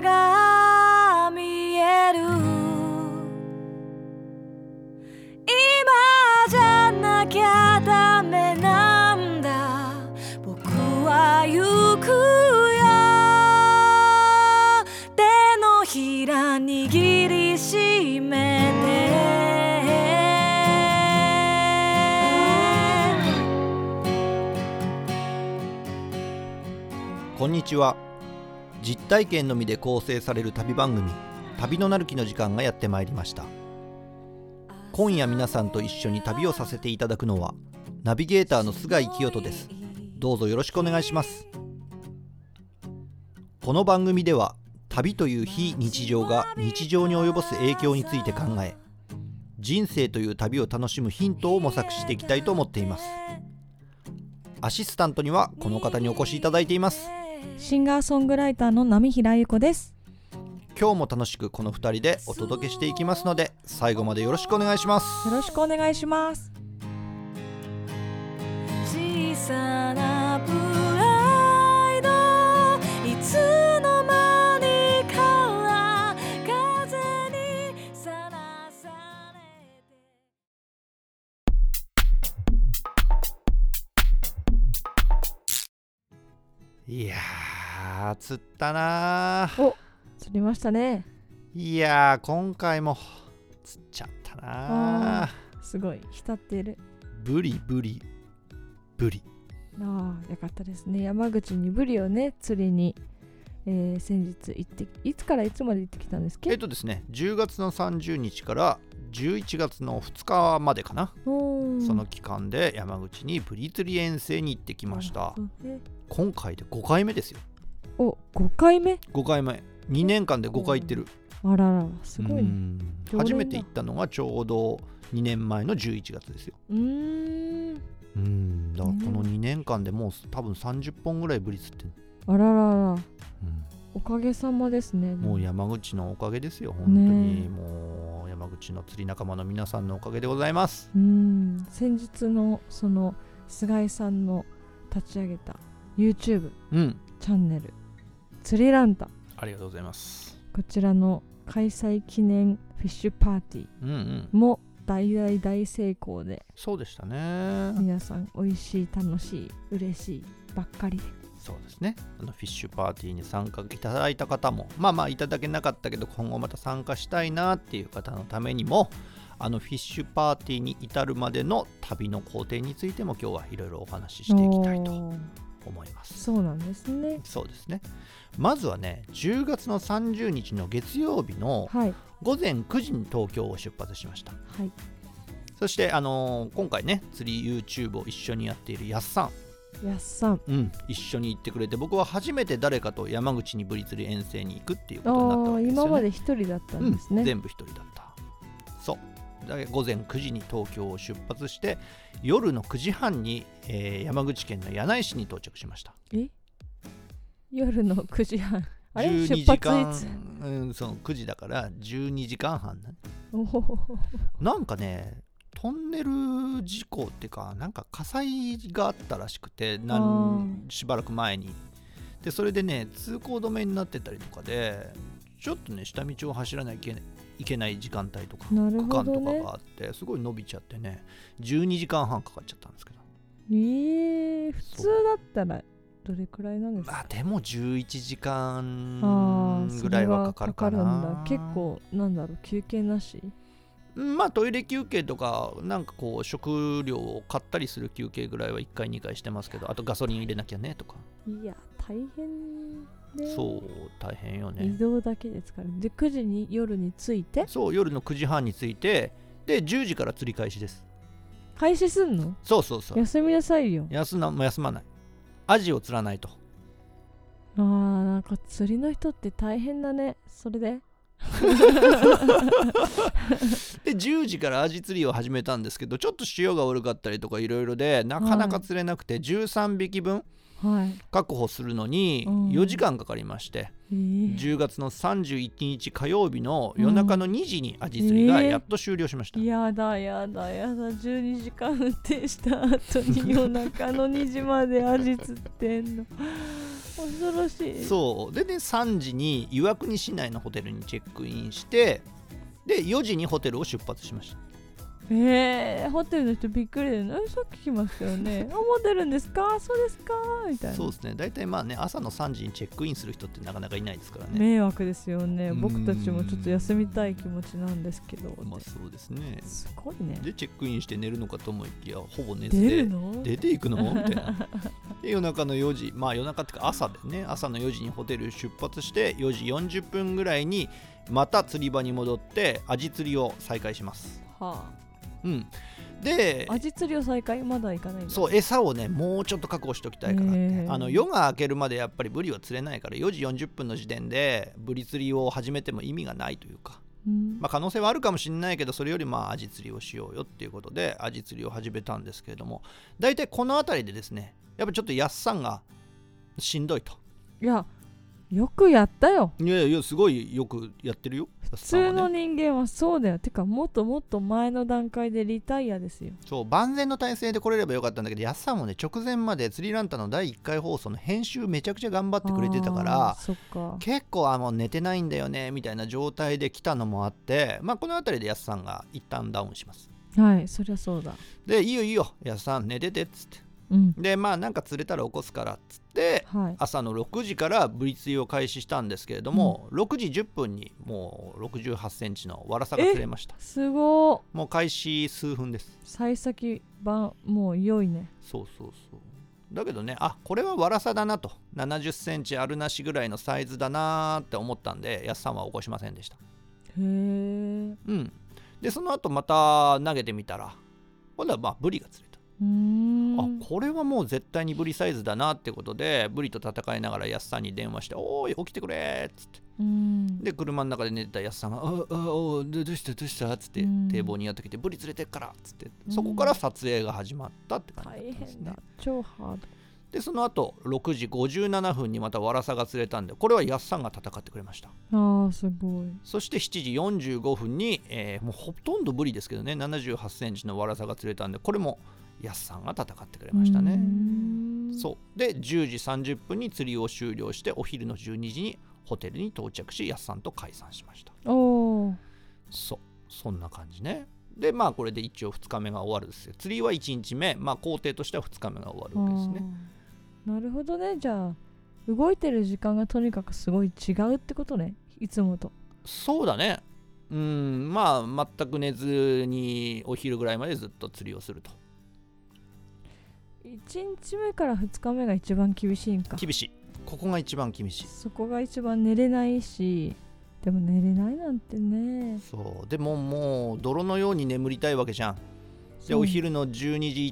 が見える今じゃなきゃダメなんだ僕は行くよ手のひら握りしめてこんにちは実体験のみで構成される旅番組旅のなる木の時間がやってまいりました今夜皆さんと一緒に旅をさせていただくのはナビゲーターの菅井清人ですどうぞよろしくお願いしますこの番組では旅という非日常が日常に及ぼす影響について考え人生という旅を楽しむヒントを模索していきたいと思っていますアシスタントにはこの方にお越しいただいていますシンガーソングライターの波平由子です。今日も楽しくこの2人でお届けしていきますので最後までよろしくお願いしますよろしくお願いします。小さなプライドいつの間にか風にさらされていやー釣ったなー釣りましたね。いやー今回も釣っちゃったなーすごい浸っている。ブリブリブリああ、よかったですね。山口にブリをね釣りに、えー先日行っていつからいつまで行ってきたんですっえっけ？とですね10月の30日から11月の2日までかな、おーその期間で山口にブリ釣り遠征に行ってきましたそうね今回で5回目ですよお、五回目。 5回目2年間で5回行ってるあららら、すごい、ね。うん常連だ初めて行ったのがちょうど2年前の11月ですようーん。うんだからこのね2年間でもう多分30本ぐらいブリ釣ってる、あららら、おかげさまですね。もうや。山口のおかげですよ本当に、ねえもう山口の釣り仲間の皆さんのおかげでございますうーん。先日のその菅井さんの立ち上げた YouTube うんチャンネル釣りランタありがとうございますこちらの開催記念フィッシュパーティーうんうんも大大大成功でそうでしたね皆さん美味しい楽しい嬉しいばっかりでそうですねあのフィッシュパーティーに参加いただいた方もまあまあいただけなかったけど今後また参加したいなっていう方のためにもあのフィッシュパーティーに至るまでの旅の工程についても今日はいろいろお話ししていきたいとおー思いますそうなんですねそうですねまずはね10月の30日の月曜日のはい午前9時に東京を出発しましたはいそしてあのー今回ね釣り YouTube を一緒にやっているやっさんやっさんうん、一緒に行ってくれて僕は初めて誰かと山口にブリ釣り遠征に行くっていうあことになったわーけですよ、ね、今まで一人だったんですうん、ね、全部一人だったそうだから午前9時に東京を出発して夜の9時半に、えー山口県の柳井市に到着しましたえ夜の9時半あれ12出時発い間つうん、その9時だから12時間半ねおーなんかねトンネル事故っていうかなんか火災があったらしくてなんしばらく前にでそれでね通行止めになってたりとかでちょっとね下道を走らないけいけない時間帯とかなる区ほ間どとかねがあってすごい伸びちゃってね12時間半かかっちゃったんですけどえー、普通だったらどれくらいなんですかまあでも11時あ間ーぐらいはかかるかなそれはかかるんだ結構なんだろう休憩なしうんまあトイレ休憩とかなんかこう食料を買ったりする休憩ぐらいは1回2回してますけどあとガソリン入れなきゃねとかいや大変ねそう大変よ移ね動だけですからで9時に夜に着いてそう夜の9時半に着いてで10時から釣り開始です開始すんのそうそうそう休みなさいよ休な休まないアジを釣らないとあーなんか釣りの人って大変だねそれでで10時からアジ釣りを始めたんですけどちょっと潮が悪かったりとかいろいろでなかなか釣れなくて13匹分はい確保するのにうん4時間かかりまして、えー10月の31日火曜日の夜中の2時にアジ釣りがやっと終了しました、やだやだやだ12時間運転した後に夜中の2時まで味つってん の恐ろしいそうでね3時に岩国市内のホテルにチェックインしてで4時にホテルを出発しましたえー、ホテルの人びっくりでねさっき来ましたよ ねあモデルんですかそうですかみたいなそうですね大体まあね朝の3時にチェックインする人ってなかなかいないですからね迷惑ですよねうん僕たちもちょっと休みたい気持ちなんですけどまあそうですねすごいねでチェックインして寝るのかと思いきやほぼ寝ず出でるの出ていくのみた いなで夜中の4時まあ夜中っていうか朝でね朝の4時にホテル出発して4時40分ぐらいにまた釣り場に戻ってアジ釣りを再開しますはうんであ、味釣りを再開まだ行かないんだそう餌をねもうちょっと確保しておきたいからって、へーあの夜が明けるまでやっぱりブリは釣れないから4時40分の時点でブリ釣りを始めても意味がないというか、うんまあ、可能性はあるかもしれないけどそれよりまあアジ釣りをしようよっていうことでアジ釣りを始めたんですけれども大体この辺りでですねやっぱちょっとやっさんがしんどいといやよくやったよいやいやすごいよくやってるよ普普通の人間はそうだよてかもっともっと前の段階でリタイアですよそう万全の体制で来れればよかったんだけどやっさんもね直前まで釣りランタンの第1回放送の編集めちゃくちゃ頑張ってくれてたからあーそっか結構あもう寝てないんだよねみたいな状態で来たのもあって、まあ、この辺りでやすさんが一旦ダウンしますはいそりゃそうだでいいよいいよやすさん寝ててっつってうんでまあなんか釣れたら起こすからっつってはい朝の6時からブリ釣りを開始したんですけれども、6時10分にもう6 8センチのワラサが釣れましたすごもう開始数分ですー幸先版もう良いねそうそうそうだけどねあこれはワラサだなと7 0センチあるなしぐらいのサイズだなーって思ったんでやすさんは起こしませんでしたへえうん、でその後また投げてみたら今度はまあブリが釣れた、うーんあこれはもう絶対にブリサイズだなってことでブリと戦いながらやすさんに電話して「おーい起きてくれ」っつってうんで車の中で寝てたやすさんが「ああおどどうしたどうした?」っつってうん堤防にやってきて「ブリ釣れてっから」っつってそこから撮影が始まったって感じだ大ったんです変ねだ超ハードでその後6時57分にまたワラサが釣れたんでこれはやすさんが戦ってくれましたあーすごいそして7時45分に、えーもうほとんどブリですけどね7 8センチのワラサが釣れたんでこれもやすさんが戦ってくれましたうーねんそうで10時30分に釣りを終了してお昼の12時にホテルに到着しやすさんと解散しましたおーそうそんな感じねでまあこれで一応2日目が終わるんですよ釣りは1日目まあ工程としては2日目が終わるわけですねあーなるほどねじゃあ動いてる時間がとにかくすごい違うってことねいつもとそうだねうんまあ全く寝ずにお昼ぐらいまでずっと釣りをすると1日目から2日目が一番厳しいんか厳しいここが一番厳しいそこが一番寝れないしでも寝れないなんてねそうでももう泥のように眠りたいわけじゃんでそうお昼の12時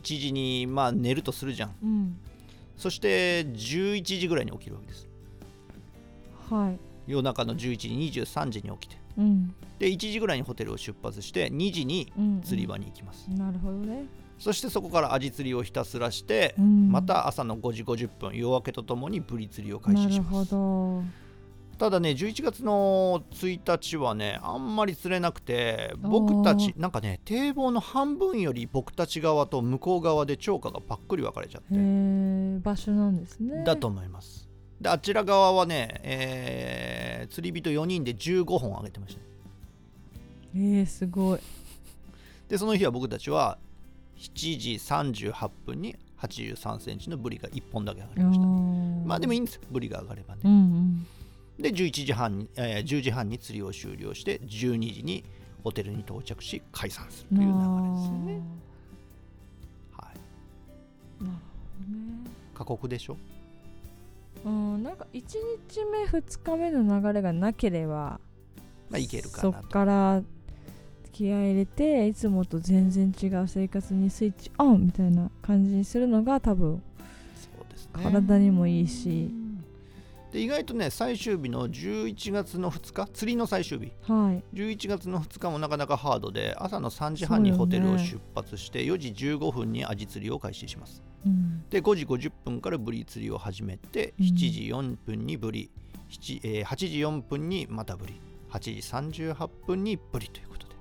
1時にまあ寝るとするじゃんうんそして11時ぐらいに起きるわけですはい夜中の11時23時に起きてうんで1時ぐらいにホテルを出発して2時にうん釣り場に行きます、なるほどね、そしてそこからアジ釣りをひたすらして、うんまた朝の5時50分夜明けとともにブリ釣りを開な始しるまほすどただね11月の1日はねあんまり釣れなくて僕たちなんかね堤防の半分より僕たち側と向こう側で釣果がパックリ分かれちゃっへて、え場所なんですねだと思いますであちら側はね、えー釣り人4人で15本あげてましたねえー、すごいでその日は僕たちは7時38分に8 3センチのブリが1本だけ上がりましたまあでもいいいんですよブリが上がればねうんうんで11時半に、えー10時半に釣りを終了して12時にホテルに到着し解散するという流れですよね、はい、なるほどね過酷でしょうん、なんか1日目2日目の流れがなければまあいけるかそなっとから気合い入れていつもと全然違う生活にスイッチオンみたいな感じにするのが多分そうですね体にもいいし、で意外とね最終日の11月の2日釣りの最終日はい11月の2日もなかなかハードで朝の3時半にそうよホテねルを出発して4時15分にアジ釣りを開始しますうんで5時50分からブリ釣りを始めてうん7時4分にブリ、7えー8時4分にまたブリ8時38分にブリということで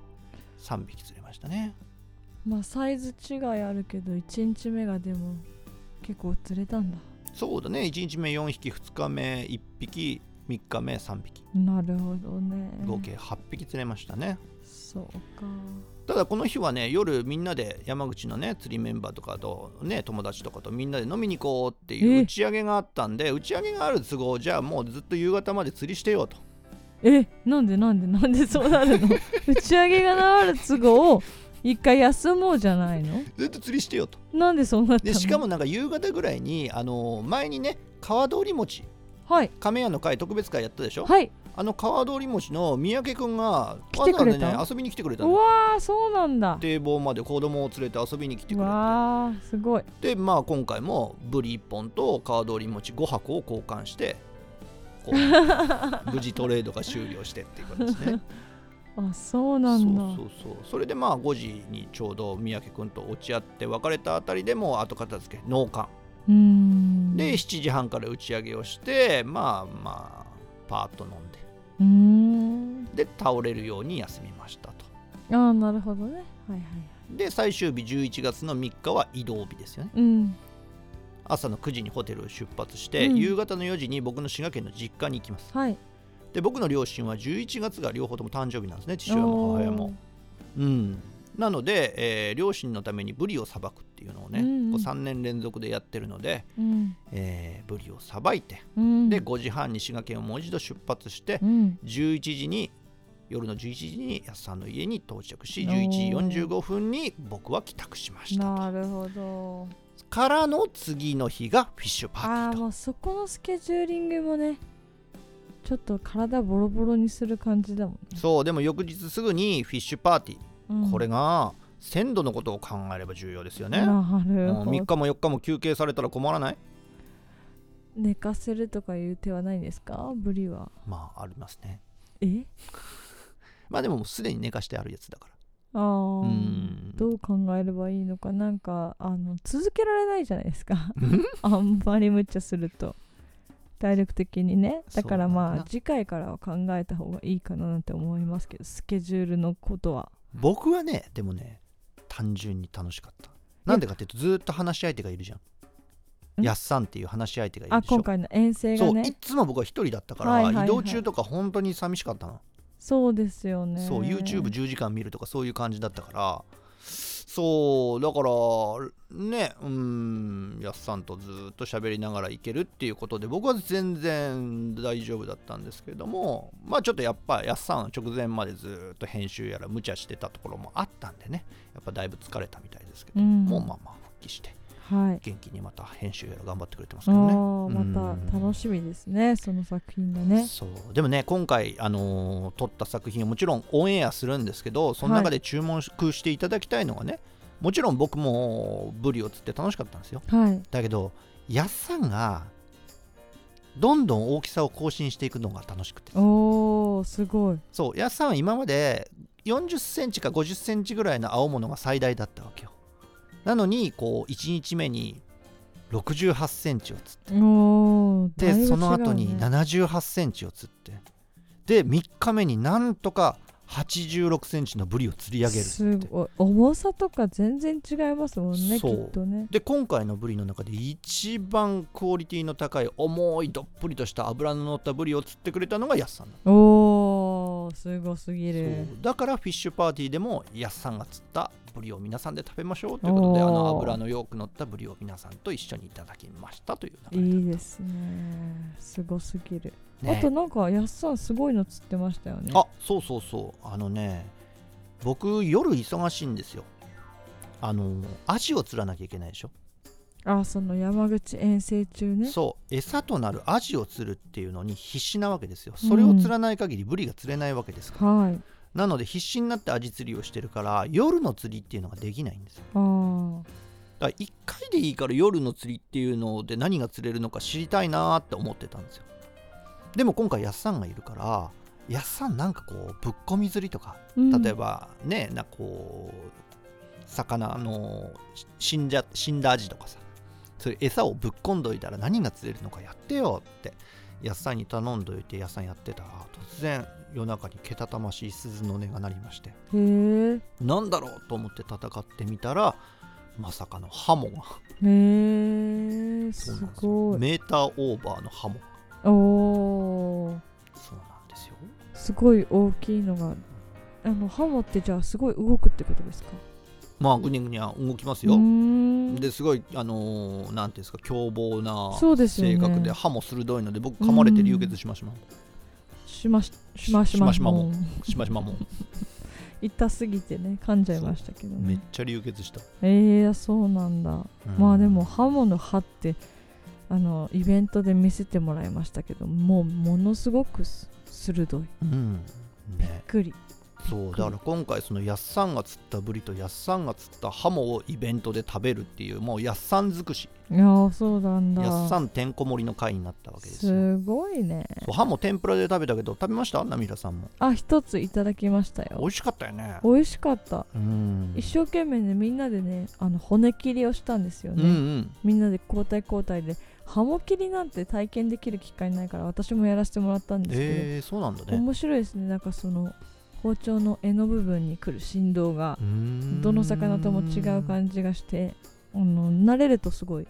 3匹釣れましたねまあサイズ違いあるけど1日目がでも結構釣れたんだそうだね1日目4匹2日目1匹3日目3匹なるほどね合計8匹釣れましたね、そうかただこの日はね夜みんなで山口のね釣りメンバーとかとね友達とかとみんなで飲みに行こうっていえう打ち上げがあったんで打ち上げがある都合じゃあもうずっと夕方まで釣りしてよとえなんでなんでなんでそうな るの打ち上げがある都合一回休もうじゃないのずっと釣りしてよとなんでそうなったのでしかもなんか夕方ぐらいにあの前にね川通り餅はい亀屋の会特別会やったでしょ、はいあの川通り餅の三宅くんが来てくれたわざわざね遊びに来てくれたうのわーそうなんだ堤防まで子供を連れて遊びに来てくれわーすごいてでまあ今回もブリ1本と川通り餅5箱を交換してこ う無事トレードが終了してっていう感じですねあ そうなんだそうそうそうそれでまあ5時にちょうど三宅くんと落ち合って別れたあたりでもう後片付け農館うーんでう7時半から打ち上げをしてまあまあパーッと飲んでーんで倒れるように休みましたとああなるほどねはいはいで最終日11月の3日は移動日ですよねうん朝の9時にホテルを出発して、うん夕方の4時に僕の滋賀県の実家に行きますはいで僕の両親は11月が両方とも誕生日なんですね父親も母親もうんなので、えー両親のためにブリをさばくっていうのをね、うんうんこう3年連続でやってるので、おーうんえーブリをさばいてうんで5時半に滋賀県をもう一度出発してうん11時に夜の11時に安さんの家に到着しお11ー時45分に僕は帰宅しましたなとるほどからの次の日がフィッシュパああーテーィーともうそこのスケジューリングもねちょっと体ボロボロにする感じだもんね、そうでも翌日すぐにフィッシュパーティー、うんこれが鮮度のことを考えれば重要ですよね、なるもうほ3ど日も4日も休憩されたら困らない寝かせるとかいう手はないんですかブリはまあありますねえまあでももうすでに寝かしてあるやつだからあうーんどう考えればいいのかなんかあの続けられないじゃないですか あんまり無茶すると体力的にねだからそうなんまだあ次回からは考えた方がいいかななんて思いますけどスケジュールのことは僕はねでもね単純に楽しかったなんでかっていうとずーっと話し相手がいるじゃんんやっさんっていう話し相手がいるあでしょ今回の遠征そがうねいつも僕は一人だったから、はいはいはい移動中とか本当に寂しかったの、そうですよねそう YouTube10 時間見るとかそういう感じだったからそうだからねうんやっさんとずっと喋りながら行けるっていうことで僕は全然大丈夫だったんですけれどもまあちょっとやっぱやっさんは直前までずっと編集やら無茶してたところもあったんでねやっぱだいぶ疲れたみたいですけど、うんもうまあまあ復帰してはい元気にまた編集やら頑張ってくれてますあけどね。ーまた楽しみですねその作品がねそうでもね今回、あのー撮った作品はもちろんオンエアするんですけどその中で注目していただきたいのがね、もちろん僕もブリを釣って楽しかったんですよはいだけどやっさんがどんどん大きさを更新していくのが楽しくておーすごいそうやっさんは今まで4 0センチか5 0センチぐらいの青物が最大だったわけよなのにこう1日目に6 8センチを釣っておーだいで、ぶ違うねその後に7 8センチを釣ってで3日目になんとか8 6センチのブリを釣り上げるってすごい重さとか全然違いますもんねきそうっとねで今回のブリの中で一番クオリティの高い重いどっぷりとした脂の乗ったブリを釣ってくれたのがヤスさんだおーすごすぎそるうだからフィッシュパーティーでもヤスさんが釣ったブリを皆さんで食べましょうということであおーの脂のよく乗ったブリを皆さんと一緒にいただきましたという流れいいだっですねすごすぎる、た、ねあとなんかやっさんすごいの釣ってましたよねあそうそうそうあのね僕夜忙しいんですよあのアジを釣らなきゃいけないでしょ、あその山口遠征中ねそう餌となるアジを釣るっていうのに必死なわけですよそれを釣らない限りブリが釣れないわけですから、はいなので必死になってアジ釣りをしてるから夜の釣りっていうのができないんですよあーだから1回でいいから夜の釣りっていうので何が釣れるのか知りたいなーって思ってたんですよでも今回やっさんがいるからやっさんなんかこうぶっこみ釣りとかうん例えばねなんかこう魚のし死んじゃ死んだアジとかさそれ餌をぶっこんどいたら何が釣れるのかやってよってやっさんに頼んどいてやっさんやってたら突然夜中にけたたましい鈴の音が鳴りましてへえなんだろうと思って戦ってみたらまさかのハモがへえすそうなんですよごいメーターオーバーのハモおおーそうなんですよすごい大きいのがあのハモってじゃあすごい動くってことですかまあグニャグニャ動きますうーよんですごいあのーなんていうんですか凶暴なそうですよね性格で歯も鋭いので僕噛まれて流血しましましまししましましましまもうしましまもう痛すぎてね噛んじゃいましたけどめっねちゃ流血した、ええそうなんだうんまあでも刃物刃ってあのイベントで見せてもらいましたけどもうものすごくす鋭いうんびねっくりそうだから今回そのやっさんが釣ったブリとやっさんが釣ったハモをイベントで食べるっていうもうやっさん尽くしいやーそうなんだやっさんてんこ盛りの回になったわけですすよごいねそうハモ天ぷらで食べたけど食べましたナミラさんもあ一ついただきました美よ味しかったよね美味しかったうん一生懸命ねみんなでねあの骨切りをしたんですようんね、うんみんなで交代交代でハモ切りなんて体験できる機会ないから私もやらせてもらったんですけど、えー、そうなんだね面白いですねなんかその包丁の柄の部分に来る振動がどの魚とも違うじ感じがしてあの慣れるとすごい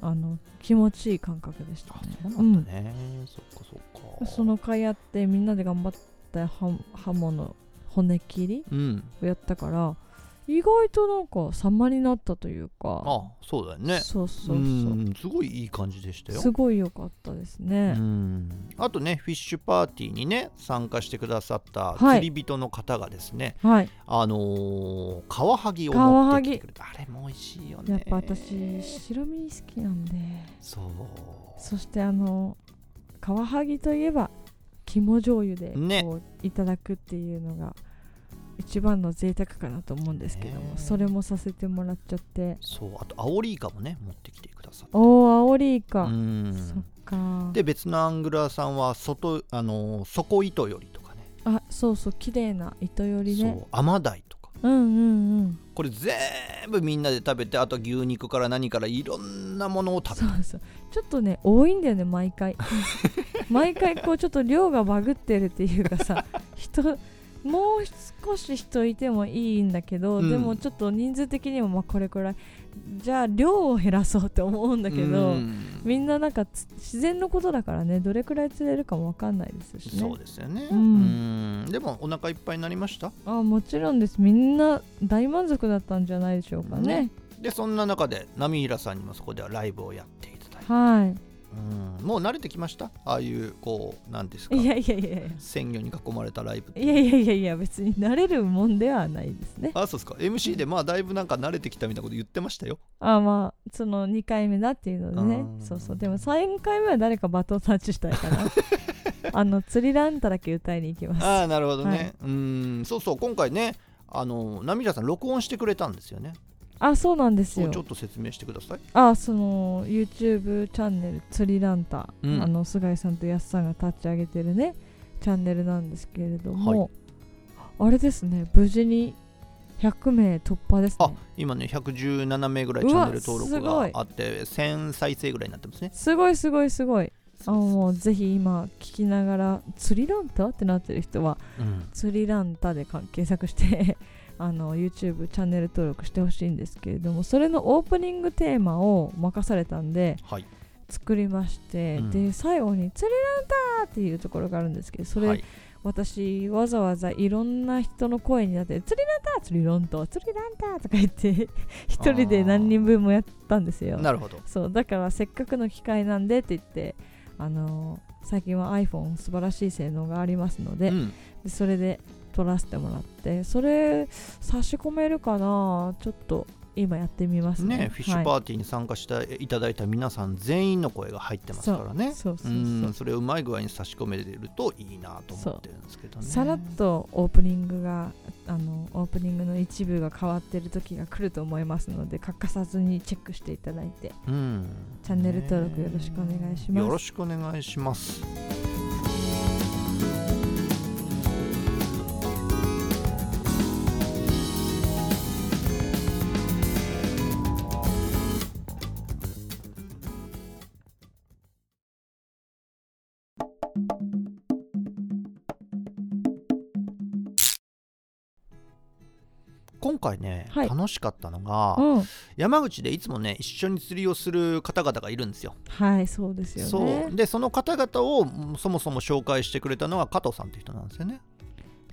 あの気持ちいい感覚でしたあね。そうなんだね、そっかそっうかんその会やってみんなで頑張った刃刃物骨切りうんをやったから意外となんか様になったというかあそうだよねそうそうそう、うんすごいいい感じでしたよすごい良かったですうね。んあとねフィッシュパーティーにね参加してくださったはい釣り人の方がですね、はいあのーカワハギをカワ持っハてギきてくれたあれも美味しいよねやっぱ私白身好きなんでそうそしてあのカワハギといえば肝醤油でねこういただくっていうのが一番の贅沢かなと思うんですけども、ねそれもさせてもらっちゃってそうあとアオリイカもね持ってきてくださったおおアオリイカ、うんそっかで別のアングラーさんは外あのー底糸よりとかねあそうそう綺麗な糸よりそねうアマダイとかうんうんうんこれ全部みんなで食べてあと牛肉から何からいろんなものを食べそうそうちょっとね多いんだよね毎 回毎回こうちょっと量がバグってるっていうか さ人もう少し人いてもいいんだけど、うんでもちょっと人数的にもまあこれくらいじゃあ量を減らそうって思うんだけど、うんみんななんかつ自然のことだからねどれくらい釣れるかもわかんないですしそねうですよね、う、うんでもお腹いっぱいになりましたあもちろんですみんな大満足だったんじゃないでしょうかねでそんな中で波平さんにもそこではライブをやっていただいて、はうん、もう慣れてきましたああいうこうなんですかいいやいやいやいや鮮魚に囲まれたライブっていやいやいやいや別に慣れるもんではないですねあそうですか MC でまあだいぶなんか慣れてきたみたいなこと言ってましたよあまあその2回目だっていうのでねあーそうそうでも3回目は誰かバトンタッチしたい からあの釣りランタだけ歌いに行きますああなるほどね、はいうんそうそう今回ねあの波平さん録音してくれたんですよねあそうなんですもようちょっと説明してくださいあその YouTube チャンネル釣りランタ、うんあの菅井さんと安さんが立ち上げてるねチャンネルなんですけれども、あれですね無事に100名突破ですあね今ね117名ぐらいうわチャンネル登録すごがいあって1000再生ぐらいになってますねすごいすごいすごいあもうぜひ今聞きながら釣りランタってなってる人はうん釣りランタでか検索して あの YouTube チャンネル登録してほしいんですけれどもそれのオープニングテーマを任されたんではい作りまして、うんで最後に「釣りランタ!」っていうところがあるんですけどそれ、はい私わざわざいろんな人の声になって「釣りランタ釣りランタ釣りランタ!」とか言って 一人で何人分もやったんですよなるほどそうだからせっかくの機会なんでって言ってあのー最近は iPhone 素晴らしい性能がありますので,、うんでそれで撮らせてもらってそれ差し込めるかなちょっと今やってみますねね、フィッシュパーティーに参加していただいた皆さん全員の声が入ってますからはねい、そうそううそんうそれをうまい具合に差し込めるといいなと思ってるんですけどねさらっとオープニングがあのオープニングの一部が変わってる時が来ると思いますので欠かさずにチェックしていただいてうんチャンネル登録よろしくお願いしますよろしくお願いします今回ね、はい楽しかったのが、うん、山口でいつもね一緒に釣りをする方々がいるんですよ。はいそうですよねそうでその方々をうんそもそも紹介してくれたのは加藤さんって人なんですよね。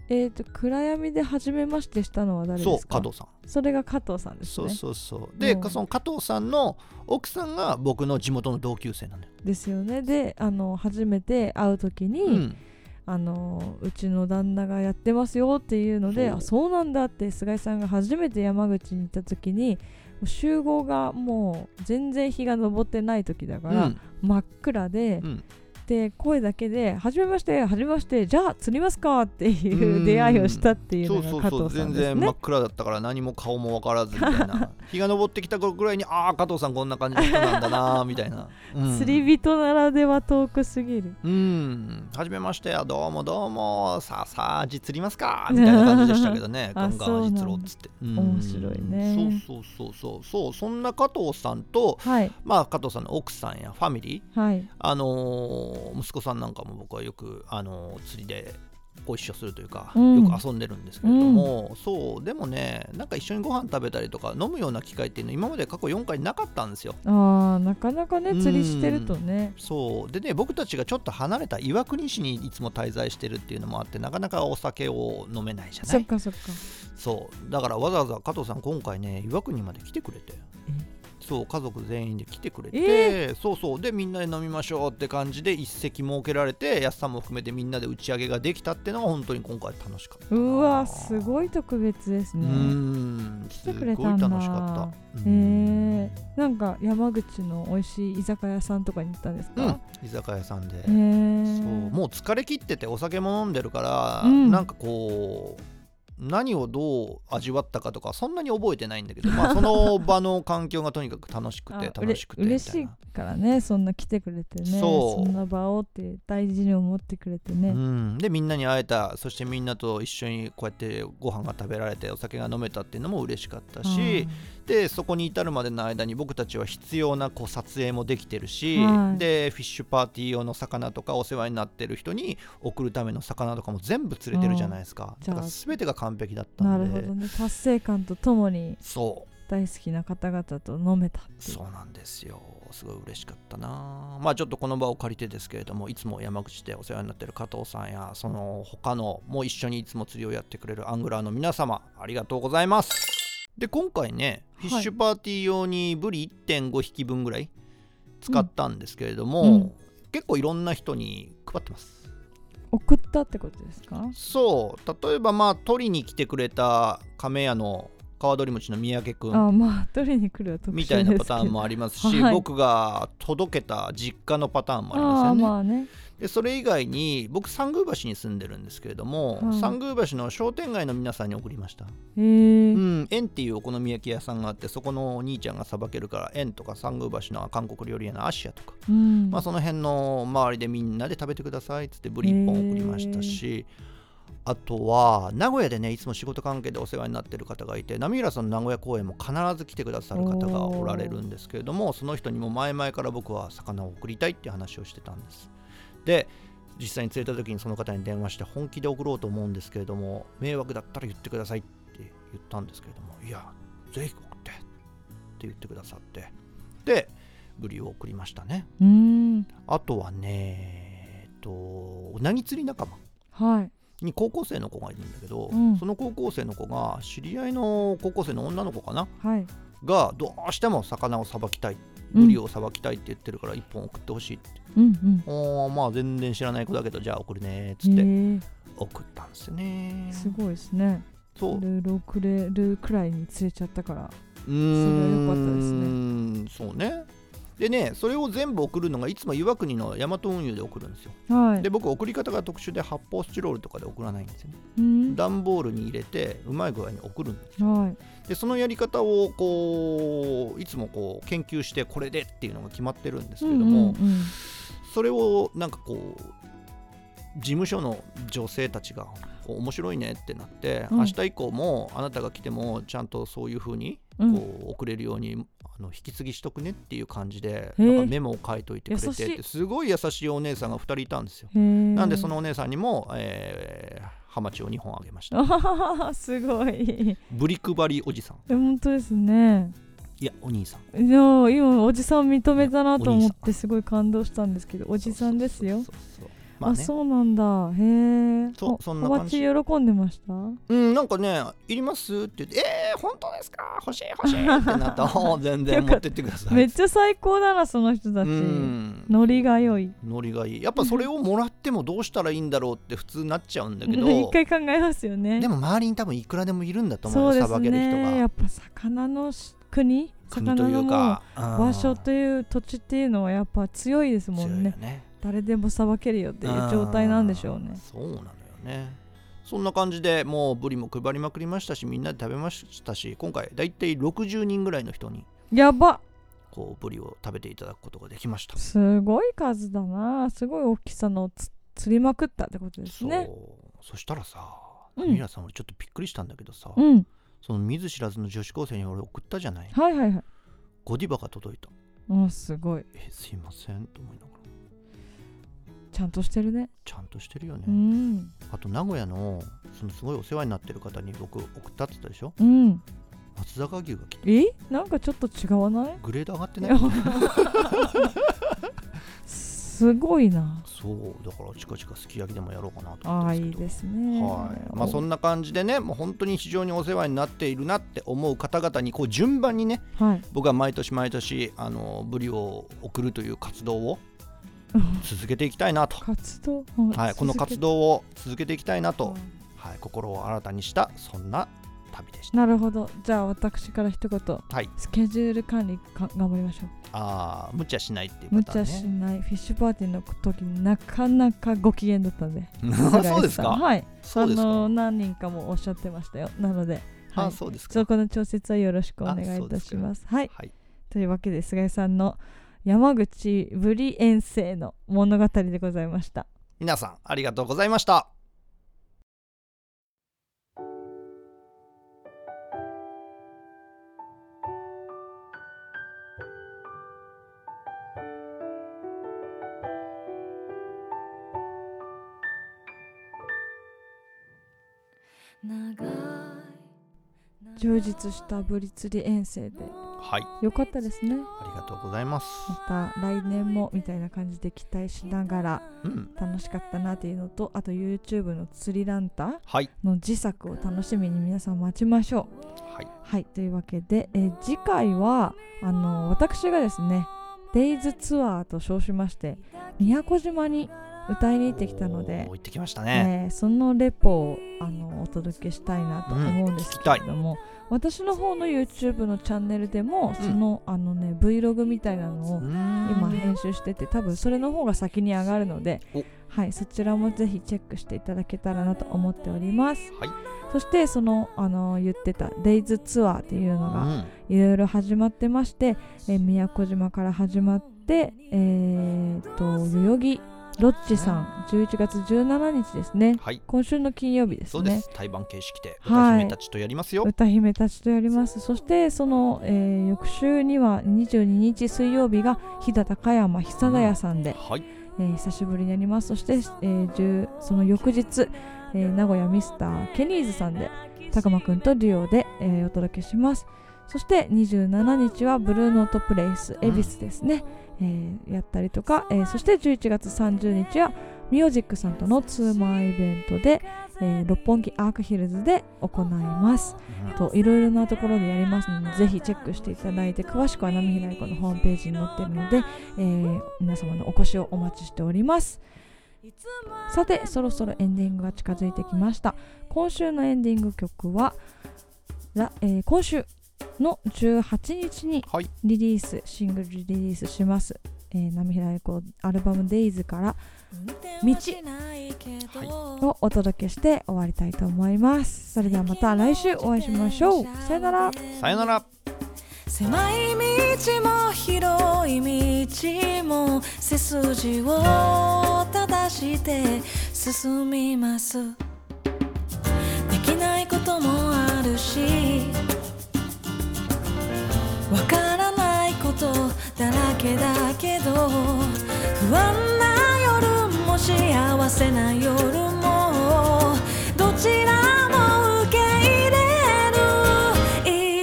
えっ、と暗闇で初めましてしたのは誰そでうす加か藤さん。それが加藤さんですそうねそうそう。で、うんその加藤さんの奥さんが僕の地元の同級生なのよ。ですよねであの初めて会う時に、うんあのうちの旦那がやってますよっていうのでそうあそうなんだって菅井さんが初めて山口に行った時に集合がもう全然日が昇ってない時だかうら、ん真っ暗で、うんで声だけで「はじめましてはじめましてじゃあ釣りますか」っていううん出会いをしたっていうそのうそがう加そう藤さん全です然真っね。暗だったから何も顔も分からずみたいな日が昇ってきた頃ぐらいにああ加藤さんこんな感じの人なんだなーみたいな、うん、釣り人ならでは遠くすぎるうんはじめましてやどうもどうもさあさあ実釣りますかみたいな感じでしたけどねガ あンガン実釣ろうっつってうん面白いねそうそうそうそうそうそんな加藤さんとはいまあ加藤さんの奥さんやファミリーはいあのー息子さんなんかも僕はよく、あのー釣りでご一緒するというか、うんよく遊んでるんですけれども、そうでもねなんか一緒にご飯食べたりとか飲むような機会っていうの今まで過去4回なかったんですよ。あーなかなかね釣りしてるとねそうでね僕たちがちょっと離れた岩国市にいつも滞在してるっていうのもあってなかなかお酒を飲めないじゃなそっいかそっかそうだからわざわざ加藤さん今回ね岩国まで来てくれてそう家族全員で来てくれて、えそうそうでみんなで飲みましょうって感じで一席設けられて安さんも含めてみんなで打ち上げができたってのが本当に今回楽しかったなうわすごい特別ですうねんすてくれごいたん楽だしかったへうんえなんか山口の美味しい居酒屋さんとかに行ったんですうんか、居酒屋さんで、へえそうもう疲れ切っててお酒も飲んでるから、うんなんかこう何をどう味わったかとかそんなに覚えてないんだ けど、まあ、その場の環境がとにかく楽しくあてうれ楽しくてみ嬉たしいいな。からねそんな来てくれてねそうそんな場をって大事に思ってくれてうね、ん、でみんなに会えたそしてみんなと一緒にこうやってご飯が食べられてお酒が飲めたっていうのも嬉しかったし、でそこに至るまでの間に僕たちは必要なこう撮影もできてるし、はいでフィッシュパーティー用の魚とかお世話になってる人に送るための魚とかも全部釣れてるじゃないですかうんじだゃあから全てが完璧だっあーたなんるでほどね達成感とともにそ大好きな方々と飲めたっていうそうなんですよすごい嬉しかったなまあちょっとこの場を借りてですけれどもいつも山口でお世話になってる加藤さんやその他のもう一緒にいつも釣りをやってくれるアングラーの皆様ありがとうございますで今回ねフィッシュパーティー用にブリ1.5匹分ぐらい使ったんですけれども、うんうん結構いろんな人に配ってます送ったってことですかそう例えばまあ取りに来てくれた亀屋の川鳥餅の三宅くんあーまあ取りに来るは特殊でみすけたどいなパターンもありますし、はい僕が届けた実家のパターンもありますよね。あーまあねでそれ以外に僕三宮橋に住んでるんですけれども、はい三宮橋の商店街の皆さんに送りました。えーうん、円っていうお好み焼き屋さんがあってそこのお兄ちゃんがさばけるから円とか三宮橋の韓国料理屋のアシアとか、うんまあ、その辺の周りでみんなで食べてくださいっつってブリ1本送りましたし。あとは名古屋でねいつも仕事関係でお世話になってる方がいて浪浦さんの名古屋公演も必ず来てくださる方がおられるんですけれどもその人にも前々から僕は魚を送りたいって話をしてたんですで実際に釣れた時にその方に電話して本気で送ろうと思うんですけれども迷惑だったら言ってくださいって言ったんですけれどもいやぜひ送ってって言ってくださってでブリを送りましたねうんあとはねえっと何釣り仲間はいに高校生の子がいるんだけど、うんその高校生の子が知り合いの高校生の女の子かなはいがどうしても魚をさばきたいうんブリをさばきたいって言ってるから1本送ってほしいって、うんうんおーまあ全然知らない子だけどじゃあ送るねーっえつってー送ったんですよねすごいですねそういろいろ送れるくらいに釣れちゃったからうーんそれは良かったですそうねでねそれを全部送るのがいつも岩国の大和運輸で送るんですよはいで僕送り方が特殊で発泡スチロールとかで送らないんですよねうん段ボールに入れてうまい具合に送るんですよはいでそのやり方をこういつもこう研究してこれでっていうのが決まってるんですけれども、うんうんうんそれをなんかこう事務所の女性たちがこう面白いねってなって、うん明日以降もあなたが来てもちゃんとそういう風にうこんう送れるようにあの引き継ぎしとくねっていう感じでへえなんかメモを書いといてくれ優てしいってすごい優しいお姉さんが2人いたんですよ。ななんでそのお姉さんにも、えーハマチを2本あげました。あー すごいブリ配りおじさん。え本当ですねいや、お兄さん。いやー今おじさん認めたなと思っお兄さんてすごい感動したんですけどおじさんですよそうそうそうそうまあ,、あね。そうなんだへえそうおそんな感じおばち喜んでましたうん、なんかね、いりますって言って、えー、本当ですか欲しい欲しいってなっ た。おー全然よか持っってってください。めっちゃ最高だなその人たうちん。ノリが良いノリがいい。やっぱそれをもらってもどうしたらいいんだろうって普通なっちゃうんだけ ど、一回考えますよねでも周りに多分いくらでもいるんだと思そううでよ、さすばける人ねやが。っぱ魚のし国国魚といのうもか、う場場所という土地っていうのはやっぱ強いですもんねね。誰でもさばけるよっていう状態なんでしょうあーねそうなのよねそんな感じでもうブリも配りまくりましたしみんなで食べましたし今回大体60人ぐらいの人にやばこうブリを食べていただくことができましたすごい数だなすごい大きさのつ釣りまくったってことですねそうそしたらさうんミラさん俺ちょっとびっくりしたんだけどさ、うんその見ず知らずの女子高生に俺送ったじゃないはいはいはいゴディバが届いたうんすごいえすいませんと思いながらちゃんとしてるねちゃんとしてるよね、うんあと名古屋のそのすごいお世話になってる方に僕送ったって言ったでしょうん松坂牛が来てえなんかちょっと違わないグレード上がっていないやすごいなそうだから近々すき焼きでもやろうかなとあ思っあてるいんいでですすけねどはいまあ、そんな感じでねもう本当に非常にお世話になっているなって思う方々にこう順番にねはい僕は毎年毎年あのブリを送るという活 動を続けていきたいなと、活動はい、この活動動を続けていきたいなと、はい、心を新たにしたそんな旅でした。なるほどじゃあ私から一言はい、スケジュール管理か頑張りましょうあー無茶しないっていう無パター茶ンしね。ないフィッシュパーティーの時なかなかご機嫌だったんで そうですか。はいそうですあかの。何人かもおっしゃってましたよなので、はあ、い、そうですかそ。この調節はよろしくお願あいそいうでたすかしますはいはい。というわけで菅井さんの山口ぶり遠征の物語でございました皆さんありがとうございました。長い充実したぶり釣り遠征ではいよかったですねありがとうございます。また来年もみたいな感じで期待しながらうん。楽しかったなっていうのとあと YouTube の釣りランタンはい。の自作を楽しみに皆さん待ちましょうはい。はいというわけで、えー次回はあの私がですねデイズツアーと称しまして宮古島に歌いに行ってきたのでおー行ってきましたね。えーそのレポをあのお届けしたいなと思うんですけれども、私の方の YouTube のチャンネルでもその,、あのね、Vlog みたいなのを今今編集してて多分それの方が先に上がるのでお、はい、そちらもぜひチェックしていただけたらなと思っております、はいそしてそのあの言ってた Days ツアーっていうのがいろいろ始まってまして、えー宮古島から始まって、えー、と代々木ロッチさん11月17日ですねはい。今週の金曜日ですねそうです。対バン形式で歌はい姫たちとやりますよ。歌姫たちとやりますそしてその、えー翌週には22日水曜日が飛騨高山久田屋さんで、はい。えー久しぶりにやりますそして、えー10その翌日、えー名古屋ミスターケニーズさんでたくまくんとデュオで、えーお届けしますそして27日はブルーノートプレイスうん恵比寿ですね、えーやったりとか、えーそして11月30日はミュージックさんとのツーマンイベントで、えー六本木アークヒルズで行いますうんといろいろなところでやりますのでぜひチェックしていただいて詳しくは波平彦のホームページに載っているので、えー皆様のお越しをお待ちしておりますさてそろそろエンディングが近づいてきました今週のエンディング曲は、らえー今週の18日にはい。リリースシングルリリースします、えー、波平彦アルバム「Days」から道をお届けして終わりたいと思いますそれではまた来週お会いしましょうさよならさよなら。狭い道も広い道も背筋を正して進みますできないこともあるしわからないことだらけだけど不安な夜も幸せな夜もどちらも受け入れる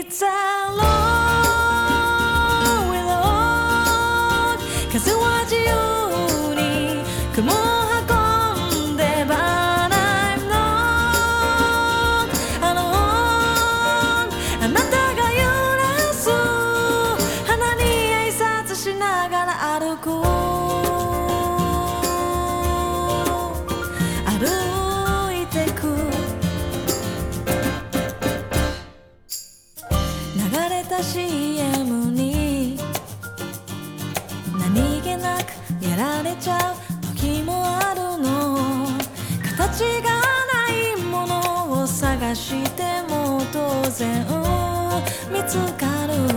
It's a lonely road 風は自由に雲を運んで But I'm not alone あなたが揺らす花に挨拶しながら歩く歩いてく流れた CM に何気なくやられちゃう時もあるの形がないものを探しても当然見つかる